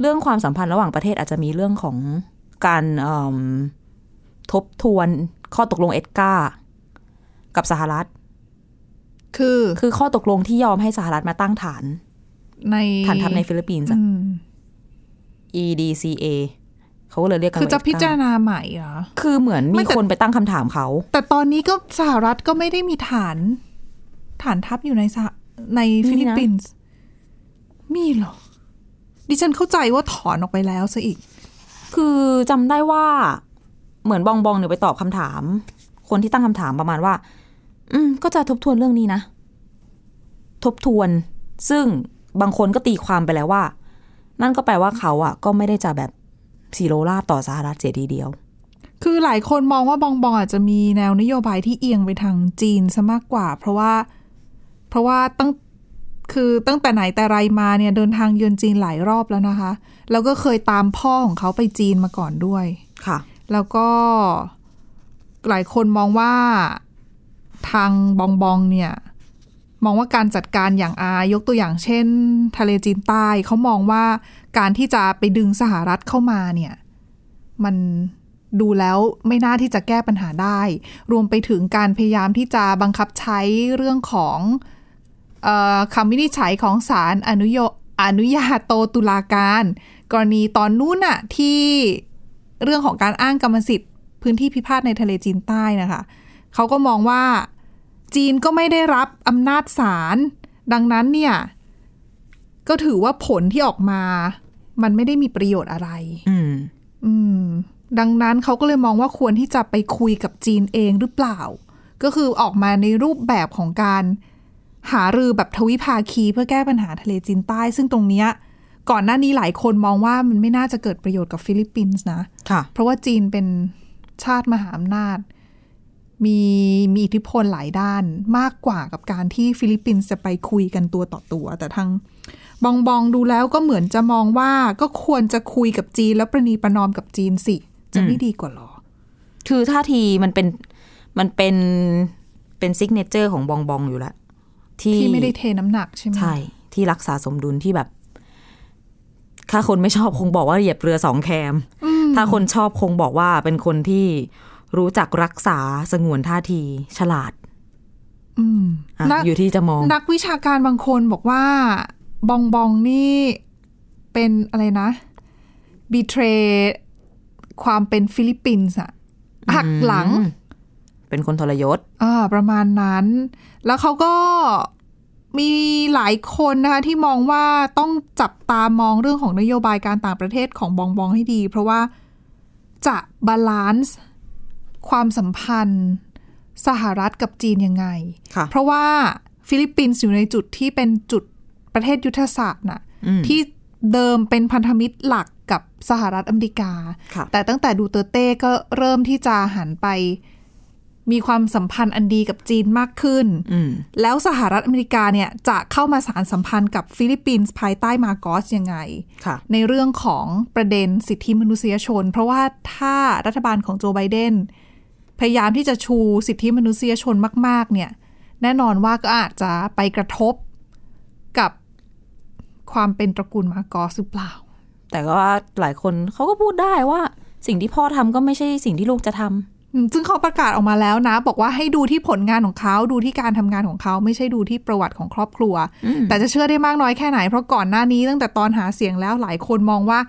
[SPEAKER 3] เรื่องความสัมพันธ์ระหว่างประเทศอาจจะมีเรื่องของการเอิ่มทบทวนข้อตกลงเอ็ดกากับสหรัฐ
[SPEAKER 2] คือ
[SPEAKER 3] คือข้อตกลงที่ยอมให้สหรัฐมาตั้งฐาน
[SPEAKER 2] ใน
[SPEAKER 3] ฐานทัพในฟิลิปปินส์อะ
[SPEAKER 2] อืม
[SPEAKER 3] EDCA เขาก็เลยเรียกกัน
[SPEAKER 2] คือ
[SPEAKER 3] ว่า
[SPEAKER 2] จะ
[SPEAKER 3] EFTA
[SPEAKER 2] พิจารณาใหม่เหรอ
[SPEAKER 3] คือเหมือน
[SPEAKER 2] ไม่
[SPEAKER 3] มี
[SPEAKER 2] แต่
[SPEAKER 3] คนไปตั้งคำถามเขา
[SPEAKER 2] แต่ตอนนี้ก็สหรัฐก็ไม่ได้มีฐาน ฐานทัพอยู่ในสหใน
[SPEAKER 3] มีนะ
[SPEAKER 2] ฟิลิปปินส์มีเหรอ ดิฉันเข้าใจว่าถอนออกไปแล้วซะอีก
[SPEAKER 3] คือจำได้ว่าเหมือนบองบองเนี่ยไปตอบคำถาม คนที่ตั้งคำถามประมาณว่า อืม ก็จะทบทวนเรื่องนี้นะ ทบทวน ซึ่งบางคนก็ตีความไปแล้วว่า นั่นก็แปลว่าเขาอะก็ไม่ได้จะแบบซีโรราบต่อสหรัฐเสียทีเดียว
[SPEAKER 2] คือหลายคนมองว่าบองบองอาจจะมีแนวนโยบายที่เอียงไปทางจีนซะมากกว่า เพราะว่า เพราะว่าตั้งคือตั้งแต่ไหนแต่ไรมาเนี่ยเดินทางเยือนจีนหลายรอบแล้วนะคะ แล้วก็เคยตามพ่อของเขาไปจีนมาก่อนด้วย
[SPEAKER 3] ค่ะ
[SPEAKER 2] แล้วก็หลายคนมองว่าทางบองบองเนี่ย มองว่าการจัดการอย่างอายกตัวอย่างเช่น ทะเลจีนใต้เขามองว่าการที่จะไปดึงสหรัฐเข้ามาเนี่ย มันดูแล้วไม่น่าที่จะแก้ปัญหาได้ รวมไปถึงการพยายามที่จะบังคับใช้เรื่องของเออคำวินิจฉัยของศาลอนุโยอนุญาโตตุลาการ กรณีตอนนู้นน่ะที่ เรื่องของการอ้างกรรมสิทธิ์พื้นที่พิพาทในทะเลจีนใต้นะคะเขาก็มองว่าจีนก็ไม่ได้รับอำนาจศาลดังนั้นเนี่ย ก็ถือว่าผลที่ออกมา มันไม่ได้มีประโยชน์อะไร
[SPEAKER 3] อืม
[SPEAKER 2] อืม ดังนั้นเขาก็เลยมองว่าควรที่จะไปคุยกับจีนเองหรือเปล่า ก็คือออกมาในรูปแบบของการหารือแบบทวิภาคีเพื่อแก้ปัญหาทะเลจีนใต้ ซึ่งตรงเนี้ยก่อนหน้านี้หลายคนมองว่ามันไม่น่าจะเกิดประโยชน์กับฟิลิปปินส์นะ
[SPEAKER 3] ค่ะ
[SPEAKER 2] เพราะว่าจีนเป็นชาติมหาอำนาจ มีมีอิทธิพลหลายด้านมากกว่ากับการที่ฟิลิปปินส์จะไปคุยกันตัวต่อตัว แต่ทางบองบองดูแล้วก็เหมือนจะมองว่าก็ควรจะคุยกับจีน แล้วประนีประนอมกับจีนสิ จะไม่ดีกว่าหรอ
[SPEAKER 3] คือท่าทีมันเป็นมันเป็นเป็นซิกเนเจอร์ของบองบองอยู่แล้วที่
[SPEAKER 2] ที่ไม่ได้เทน้ำหนักใช่ไหม
[SPEAKER 3] ใช่ ที่รักษาสมดุลที่แบบ ถ้าคนไม่ชอบคงบอกว่าเหยียบเรือสองแคม ถ้าคนชอบคงบอกว่าเป็นคนที่รู้จักรักษาสงวนท่าที ฉลาด
[SPEAKER 2] อืม
[SPEAKER 3] อะ
[SPEAKER 2] นัก
[SPEAKER 3] อยู่ที่จะมอง
[SPEAKER 2] นักวิชาการบางคนบอกว่าบองบองนี่เป็นอะไรนะบีเทรความเป็นฟิลิปปินส์อะหักหลัง
[SPEAKER 3] เป็นคนทรยศ
[SPEAKER 2] อ่าประมาณนั้น แล้วเขาก็มีหลายคนนะคะที่มองว่าต้องจับตามองเรื่องของนโยบายการต่างประเทศของบองบองให้ดี เพราะว่าจะบาลานซ์ความสัมพันธ์ สหรัฐกับจีนยังไง
[SPEAKER 3] ค่ะ
[SPEAKER 2] เพราะว่าฟิลิปปินส์อยู่ในจุดที่เป็นจุดประเทศยุทธศาสตร์น่ะที่เดิมเป็นพันธมิตรหลักกับสหรัฐอเมริกา
[SPEAKER 3] ค่ะ
[SPEAKER 2] แต่ตั้งแต่ดูเตอร์เต้ก็เริ่มที่จะหันไปมีความสัมพันธ์อันดีกับจีนมากขึ้น
[SPEAKER 3] อืม
[SPEAKER 2] แล้วสหรัฐอเมริกาเนี่ยจะเข้ามาสารสัมพันธ์กับฟิลิปปินส์ภายใต้มาโกอสยังไง
[SPEAKER 3] ค่ะ
[SPEAKER 2] ในเรื่องของประเด็นสิทธิมนุษยชน เพราะว่าถ้ารัฐบาลของโจไบเดนพยายามที่จะชูสิทธิมนุษยชนมาก ๆ เนี่ย แน่นอนว่าก็อาจจะไปกระทบกับความเป็นตระกูลมาโกอสหรือเปล่า
[SPEAKER 3] แต่ก็ว่าหลายคนเขาก็พูดได้ว่า สิ่งที่พ่อทำก็ไม่ใช่สิ่งที่ลูกจะทำ
[SPEAKER 2] อืมซึ่งเขาประกาศออกมาแล้วนะ บอกว่าให้ดูที่ผลงานของเขาดูที่การทำงานของเขาไม่ใช่ดูที่ประวัติของครอบครัว แต่จะเชื่อได้มากน้อยแค่ไหน เพราะก่อนหน้านี้ตั้งแต่ตอนหาเสียงแล้วหลายคนมองว่า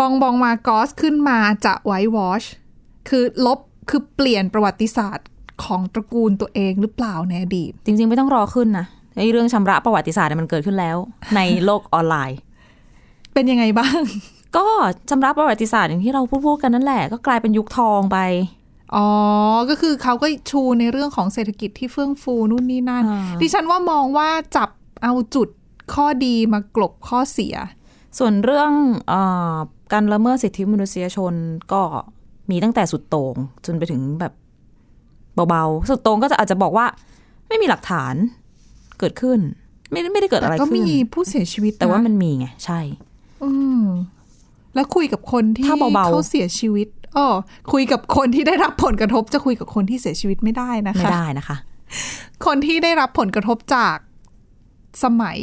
[SPEAKER 2] บองบองมากอสขึ้นมาจะไวท์วอชคือลบคือเปลี่ยนประวัติศาสตร์ของตระกูลตัวเองหรือเปล่าในอดีต
[SPEAKER 3] จริงๆ ไม่ต้องรอขึ้นนะไอ้เรื่องชำระประวัติศาสตร์เนี่ยมันเกิดขึ้นแล้ว ในโลกออนไลน์
[SPEAKER 2] เป็นยังไงบ้าง
[SPEAKER 3] ก็ชำระประวัติศาสตร์อย่างที่เราพูดๆกันนั่นแหละก็กลายเป็นยุคทองไป
[SPEAKER 2] อ๋อ ก็คือเขาก็ชูในเรื่องของเศรษฐกิจที่เฟื่องฟูนู่นนี่นั่น
[SPEAKER 3] อ่า
[SPEAKER 2] ดิฉันว่ามองว่าจับเอาจุดข้อดีมากลบข้อเสีย
[SPEAKER 3] ส่วนเรื่องเออการละเมิดสิทธิมนุษยชนก็มีตั้งแต่สุดโต่งจนไปถึงแบบเบาๆ สุดโต่งก็จะอาจจะบอกว่า ไม่มีหลักฐานเกิดขึ้น ไม่ไม่ได้เกิดอะไร
[SPEAKER 2] แต่ก็
[SPEAKER 3] ขึ้
[SPEAKER 2] มี
[SPEAKER 3] น
[SPEAKER 2] ผู้เสียชีวิตะ
[SPEAKER 3] แต่ว่ามันมีไงใช่
[SPEAKER 2] อืมแล้วคุยกับคนที่
[SPEAKER 3] ถ้าเบาๆ
[SPEAKER 2] เสียชีวิตอ๋อคุยกับคนที่ได้รับผลกระทบ จะคุยกับคนที่เสียชีวิตไม่ได้นะ
[SPEAKER 3] ไม่
[SPEAKER 2] คะ
[SPEAKER 3] ได้นะคะ
[SPEAKER 2] คนที่ได้รับผลกระทบจากสมัย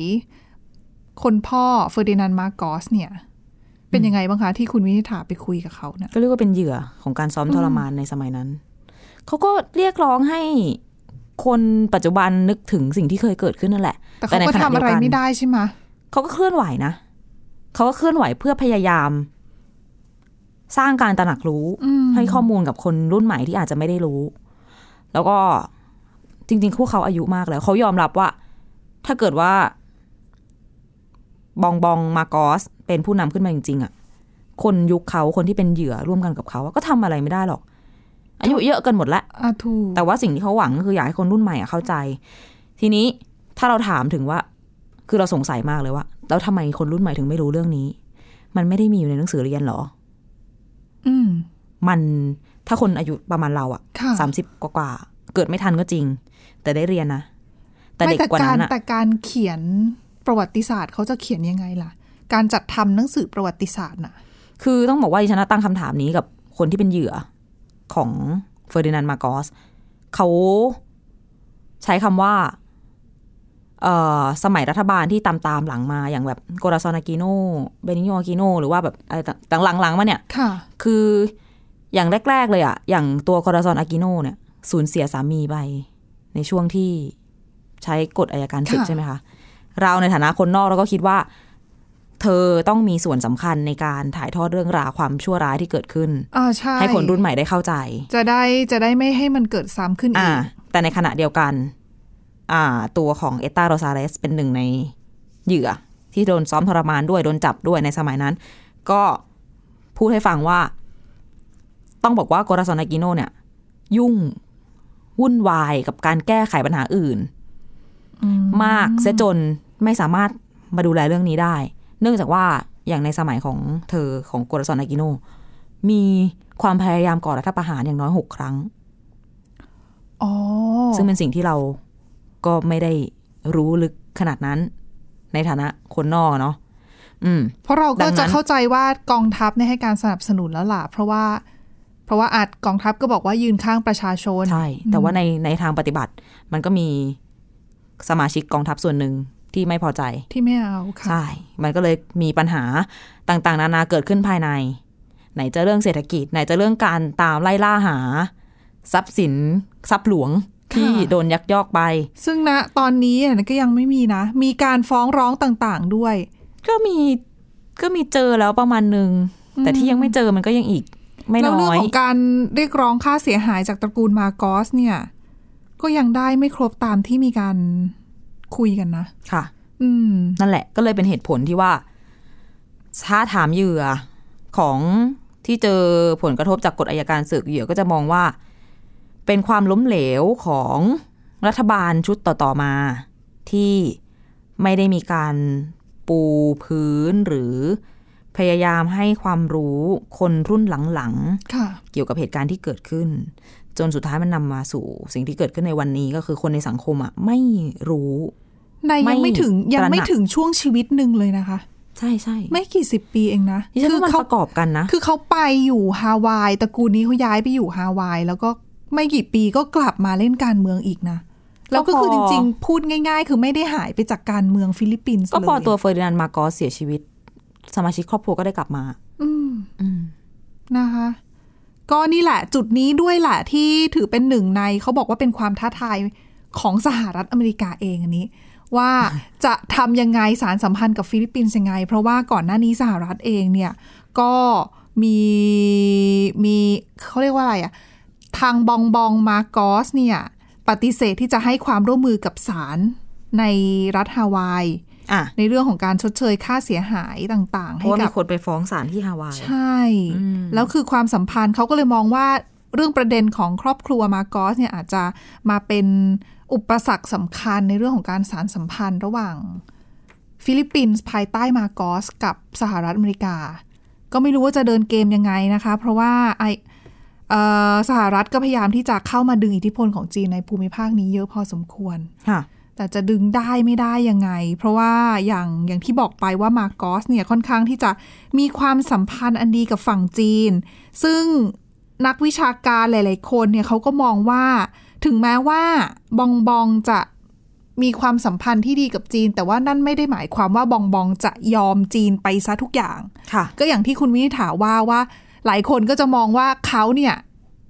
[SPEAKER 2] คนพ่อเฟอร์ดินานด์มาร์กอสเนี่ย เป็นยังไงบ้างคะที่คุณวินิษฐาไปคุยกับเขาเนี่ย
[SPEAKER 3] ก็เรียกว่าเป็นเหยื่อของการซ้อมทรมานในสมัยนั้น เขาก็เรียกร้องให้คนปัจจุบันนึกถึงสิ่งที่เคยเกิดขึ้นนั่นแหละ
[SPEAKER 2] แต่เขา
[SPEAKER 3] ใน
[SPEAKER 2] ก็
[SPEAKER 3] ข
[SPEAKER 2] ทำ
[SPEAKER 3] ณะ
[SPEAKER 2] อะไร
[SPEAKER 3] เยวกัน
[SPEAKER 2] ไม่ได้ใช่ไหมะ
[SPEAKER 3] เขาก็เคลื่อนไหวนะ เขาก็เคลื่อนไหวเพื่อพยายาม สร้างการตระหนักรู้
[SPEAKER 2] อืม
[SPEAKER 3] ให้ข้อมูลกับคนรุ่นใหม่ที่อาจจะไม่ได้รู้ แล้วก็จริงๆพวกเขาอายุมากแล้ว เขายอมรับว่า ถ้าเกิดว่า บองบองมาร์กอส เป็นผู้นำขึ้นมาจริงๆอะคนยุคเขาคนที่เป็นเหยื่อร่วมกันกับเขาอะก็ทำอะไรไม่ได้หรอก อายุเยอะกันหมดแล้ว
[SPEAKER 2] อ่ะถูก
[SPEAKER 3] แต่ว่าสิ่งที่เขาหวังก็คืออยากให้คนรุ่นใหม่อะเข้าใจ ทีนี้ถ้าเราถามถึงว่า คือเราสงสัยมากเลยว่าแล้วทำไมคนรุ่นใหม่ถึงไม่รู้เรื่องนี้ มันไม่ได้มีอยู่ในหนังสือเรียนหรอ
[SPEAKER 2] อืม
[SPEAKER 3] มันถ้าคนอายุประมาณเราอะ
[SPEAKER 2] ค่ะ
[SPEAKER 3] สามสิบกว่าๆเกิดไม่ทันก็จริง แต่ได้เรียนนะ แต่เด็ก
[SPEAKER 2] ไม่
[SPEAKER 3] กว่านั้น
[SPEAKER 2] ร
[SPEAKER 3] อะ
[SPEAKER 2] แต่การเขียนประวัติศาสตร์เขาจะเขียนยังไงล่ะ การจัดทำหนังสือประวัติศาสตร์น่ะ
[SPEAKER 3] คือต้องบอกว่าดิฉันนะตั้งคำถามนี้กับคนที่เป็นเหยื่อของเฟอร์ดินานด์มาร์กอสเขาใช้คำว่าเอ่อสมัยรัฐบาลที่ตามตามๆหลังมาอย่างแบบโกราซอนากิโนเบนิโยอากิโนหรือว่าแบบอะไรต่างๆหลังๆมาเนี่ย
[SPEAKER 2] ค่ะ
[SPEAKER 3] คืออย่างแรก ๆ เลยอะอย่างตัวคอร์ซอนอากิโนเนี่ยสูญเสียสามีไปในช่วงที่ใช้กฎอายการศึก
[SPEAKER 2] ค่ะ
[SPEAKER 3] ใช่ไหมคะ เราในฐานะคนนอกเราก็คิดว่า เธอต้องมีส่วนสำคัญในการถ่ายทอดเรื่องราวความชั่วร้ายที่เกิดขึ้น
[SPEAKER 2] อ่าใช่
[SPEAKER 3] ให้คนรุ่นใหม่ได้เข้าใจ
[SPEAKER 2] จะได้จะได้ไม่ให้มันเกิดซ้ำขึ้นอี
[SPEAKER 3] อ่า
[SPEAKER 2] ก
[SPEAKER 3] แต่ในขณะเดียวกัน อ่า ตัวของเอตาโรซาเลสเป็นหนึ่งในเหยื่อ ที่โดนซ้อมทรมานด้วย โดนจับด้วยในสมัยนั้น ก็พูดให้ฟังว่า ต้องบอกว่าโกราซอนากิโนเนี่ย ยุ่งวุ่นวายกับการแก้ไขปัญหาอื่น
[SPEAKER 2] อืม
[SPEAKER 3] มากเสียจนไม่สามารถมาดูแลเรื่องนี้ได้ เนื่องจากว่าอย่างในสมัยของเธอของโกราซอนากิโน มีความพยายามก่อรัฐประหารอย่างน้อยหกครั้ง
[SPEAKER 2] อ๋อ
[SPEAKER 3] ซึ่งเป็นสิ่งที่เราก็ไม่ได้รู้ลึกขนาดนั้น ในฐานะคนนอกอะเนาะอืม
[SPEAKER 2] เพราะเรา
[SPEAKER 3] ดั
[SPEAKER 2] ก็
[SPEAKER 3] งนั้น
[SPEAKER 2] จะเข้าใจว่ากองทัพเนี่ยให้การสนับสนุนแล้วล่ะ เพราะว่า เพราะว่าอาจกองทัพก็บอกว่ายืนข้างประชาชน
[SPEAKER 3] ใช่
[SPEAKER 2] อืม
[SPEAKER 3] แต่ว่าในในทางปฏิบัติ มันก็มีสมาชิกกองทัพส่วนหนึ่งที่ไม่พอใจ
[SPEAKER 2] ที่ไม่เอาค่ะ
[SPEAKER 3] ใช่ มันก็เลยมีปัญหาต่างๆ นานาเกิดขึ้นภายใน ไหนจะเรื่องเศรษฐกิจ ไหนจะเรื่องการตามไล่ล่าหา ทรัพย์สินทรัพย์หลวงที่
[SPEAKER 2] ค่ะ
[SPEAKER 3] โดนยักยอกไป
[SPEAKER 2] ซึ่งณตอนนี้เนี่ยก็ยังไม่มีนะ มีการฟ้องร้องต่างๆด้วย
[SPEAKER 3] ก็มีก็มีเจอแล้วประมาณหนึ่งแต่ที่ยังไม่เจอมันก็ยังอีก ไม่
[SPEAKER 2] แล้ว
[SPEAKER 3] น้
[SPEAKER 2] เรื่
[SPEAKER 3] อย
[SPEAKER 2] ของการเรียกร้องค่าเสียหายจากตระกูลมาร์กอสเนี่ย ก็ยังได้ไม่ครบตามที่มีการคุยกันนะ
[SPEAKER 3] ค่ะ
[SPEAKER 2] อืม
[SPEAKER 3] นั่นแหละก็เลยเป็นเหตุผลที่ว่า ถ้าถามเหยื่อของที่เจอผลกระทบจากกฎอายการศึกเหยื่อก็จะมองว่า เป็นความล้มเหลวของรัฐบาลชุดต่อ ๆ มา ที่ไม่ได้มีการปูพื้นหรือพยายามให้ความรู้คนรุ่นหลัง ๆ
[SPEAKER 2] ค่ะ
[SPEAKER 3] เกี่ยวกับเหตุการณ์ที่เกิดขึ้น จนสุดท้ายมันนำมาสู่ สิ่งที่เกิดขึ้นในวันนี้ก็คือคนในสังคมอ่ะไม่รู้
[SPEAKER 2] ในายยัง
[SPEAKER 3] ไม่
[SPEAKER 2] ไม่ถึงยัง
[SPEAKER 3] ตระหนัก
[SPEAKER 2] ไม่ถึงช่วงชีวิตหนึ่งเลยนะคะ
[SPEAKER 3] ใช่ใช่
[SPEAKER 2] ไม่กี่สิบปีเองนะ
[SPEAKER 3] ดิฉัน
[SPEAKER 2] คื
[SPEAKER 3] ว่ามัน
[SPEAKER 2] เขา
[SPEAKER 3] ประกอบกันนะ
[SPEAKER 2] คือเขาไปอยู่ฮาวายตระกูลนี้เขาย้ายไปอยู่ฮาวายแล้วก็ไม่กี่ปีก็กลับมาเล่นการเมืองอีกนะ แล้วก็
[SPEAKER 3] ก็พอ
[SPEAKER 2] คือจริงๆ พูดง่าย ๆ คือไม่ได้หายไปจากการเมืองฟิลิปปินส์
[SPEAKER 3] ก็พอ
[SPEAKER 2] เลย
[SPEAKER 3] ตัวเฟอร์ดินานด์มาร์กอสเสียชีวิต สมาชิกครอบครัวก็ได้กลับมา
[SPEAKER 2] อืม
[SPEAKER 3] อืม
[SPEAKER 2] นะคะ ก็นี่แหละจุดนี้ด้วยแหละที่ถือเป็นหนึ่งในเขาบอกว่าเป็นความท้าทายของสหรัฐอเมริกาเองอันนี้ ว่าจะทำยังไงสารสัมพันธ์กับฟิลิปปินส์ยังไง เพราะว่าก่อนหน้านี้สหรัฐเองเนี่ย ก็มีมีเขาเรียกว่าอะไรอะทางบองบองมาร์กอสเนี่ย ปฏิเสธที่จะให้ความร่วมมือกับศาลในรัฐฮาวาย
[SPEAKER 3] อ่ะ
[SPEAKER 2] ในเรื่องของการชดเชยค่าเสียหายต่าง ๆ
[SPEAKER 3] เพ
[SPEAKER 2] ให้
[SPEAKER 3] ราะว่า
[SPEAKER 2] กั
[SPEAKER 3] มี
[SPEAKER 2] บ
[SPEAKER 3] คนไปฟ้องศาลที่ฮาวาย
[SPEAKER 2] ใช่ แล้วคือความสัมพันธ์เขาก็เลยมองว่าเรื่องประเด็นของครอบครัวมาร์กอสเนี่ยอาจจะมาเป็นอุปสรรคสำคัญในเรื่องของการสารสัมพันธ์ระหว่าง ฟิลิปปินส์ภายใต้มาร์กอสกับสหรัฐอเมริกา ก็ไม่รู้ว่าจะเดินเกมยังไงนะคะ เพราะว่าไอเอ่อสหรัฐก็พยายามที่จะเข้ามาดึงอิทธิพลของจีนในภูมิภาคนี้เยอะพอสมควร
[SPEAKER 3] ค่ะ
[SPEAKER 2] แต่จะดึงได้ไม่ได้ยังไง เพราะว่าอย่างอย่างที่บอกไปว่ามาร์กอสเนี่ยค่อนข้างที่จะมีความสัมพันธ์อันดีกับฝั่งจีน ซึ่งนักวิชาการหลาย ๆ คนเนี่ยเขาก็มองว่า ถึงแม้ว่าบองบองจะมีความสัมพันธ์ที่ดีกับจีน แต่ว่านั่นไม่ได้หมายความว่าบองบองจะยอมจีนไปซะทุกอย่าง
[SPEAKER 3] ค่ะ
[SPEAKER 2] ก็อย่างที่คุณวินิษฐาว่าว่า หลายคนก็จะมองว่าเขาเนี่ย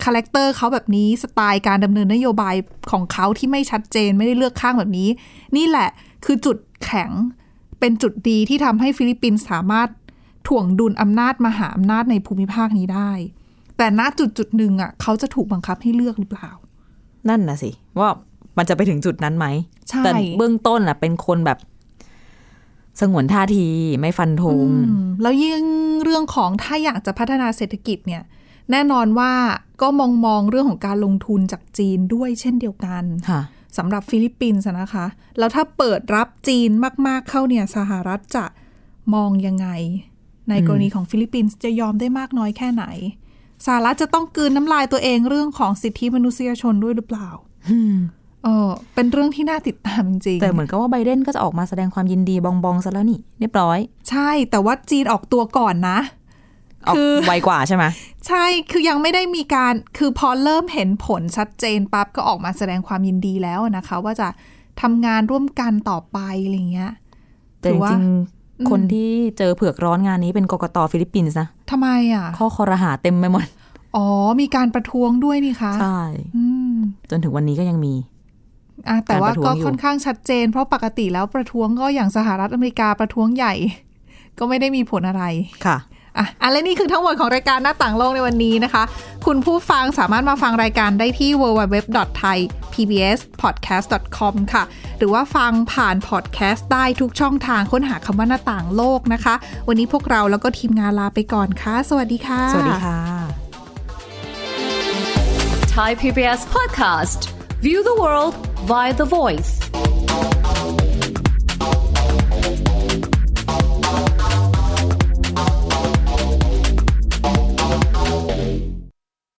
[SPEAKER 2] คาแรคเตอร์เขาแบบนี้สไตล์การดำเนินนโยบายของเขาที่ไม่ชัดเจนไม่ได้เลือกข้างแบบนี้ นี่แหละคือจุดแข็งเป็นจุดดีที่ทำให้ฟิลิปปินส์สามารถ ถ่วงดุลอำนาจมหาอำนาจในภูมิภาคนี้ได้ แต่ณจุดจุดๆหนึ่งอ่ะเขาจะถูกบังคับให้เลือกหรือเปล่า
[SPEAKER 3] นั่นนะสิ ว่ามันจะไปถึงจุดนั้นไหม
[SPEAKER 2] ใช่
[SPEAKER 3] แต่เบื้องต้นอ่ะ เป็นคนแบบ สงวนท่าทีไม่ฟันธง
[SPEAKER 2] อืมแล้วยิ่งเรื่องของถ้าอยากจะพัฒนาเศรษฐกิจเนี่ย แน่นอนว่าก็มองมองๆเรื่องของการลงทุนจากจีนด้วยเช่นเดียวกัน
[SPEAKER 3] ค่ะ
[SPEAKER 2] สำหรับฟิลิปปินส์อะนะคะ แล้วถ้าเปิดรับจีนมาก ๆ เข้าเนี่ยสหรัฐจะมองยังไง ในกรณีของฟิลิปปินส์จะยอมได้มากน้อยแค่ไหน สหรัฐจะต้องกลืนน้ำลายตัวเองเรื่องของสิทธิมนุษยชนด้วยหรือเปล่าเออเป็นเรื่องที่น่าติดตามจริง
[SPEAKER 3] แต่เหมือนกับว่าไบเดนก็จะออกมาแสดงความยินดีบองบองๆซะแล้วนี่ เรียบร้อย
[SPEAKER 2] ๆ ใช่ แต่ว่าจีนออกตัวก่อนนะ
[SPEAKER 3] ออก
[SPEAKER 2] คือ
[SPEAKER 3] ไวกว่าใช่ไหม
[SPEAKER 2] ใช่ คือยังไม่ได้มีการ คือพอเริ่มเห็นผลชัดเจนปั๊บก็ออกมาแสดงความยินดีแล้วอะนะคะ ว่าจะทำงานร่วมกันต่อไปอะไรอย่างเงี้ย
[SPEAKER 3] แต่
[SPEAKER 2] ถื
[SPEAKER 3] จ
[SPEAKER 2] อว่า
[SPEAKER 3] ริงๆคนที่เจอเผือกร้อนงานนี้เป็นกกตฟิลิปปินส์นะ
[SPEAKER 2] ทำไมอ่ะ
[SPEAKER 3] ข้อคอรหาเต็มไปหมด
[SPEAKER 2] อ๋อ มีการประท้วงด้วยนี่คะ
[SPEAKER 3] ใช่
[SPEAKER 2] อืม
[SPEAKER 3] จนถึงวันนี้ก็ยังมี
[SPEAKER 2] อ่ะแต่ว่า
[SPEAKER 3] การประท้ว
[SPEAKER 2] ก็
[SPEAKER 3] งอยู่
[SPEAKER 2] ค่อนข้างชัดเจน เพราะปกติแล้วประท้วงก็อย่างสหรัฐอเมริกาประท้วงใหญ่ ก็ไม่ได้มีผลอะไร
[SPEAKER 3] ค่ะ
[SPEAKER 2] อ่ะอ่ะและนี่คือทั้งหมดของรายการหน้าต่างโลกในวันนี้นะคะ คุณผู้ฟังสามารถมาฟังรายการได้ที่ www.thaipbspodcast.com ค่ะ หรือว่าฟังผ่านพอดแคสต์ได้ทุกช่องทางค้นหาคำว่าหน้าต่างโลกนะคะ วันนี้พวกเราแล้วก็ทีมงานลาไปก่อนค่ะ สวัสดีค่ะ
[SPEAKER 3] สวัสดีค่ะ
[SPEAKER 4] Thai PBS podcast. View the world via the voice.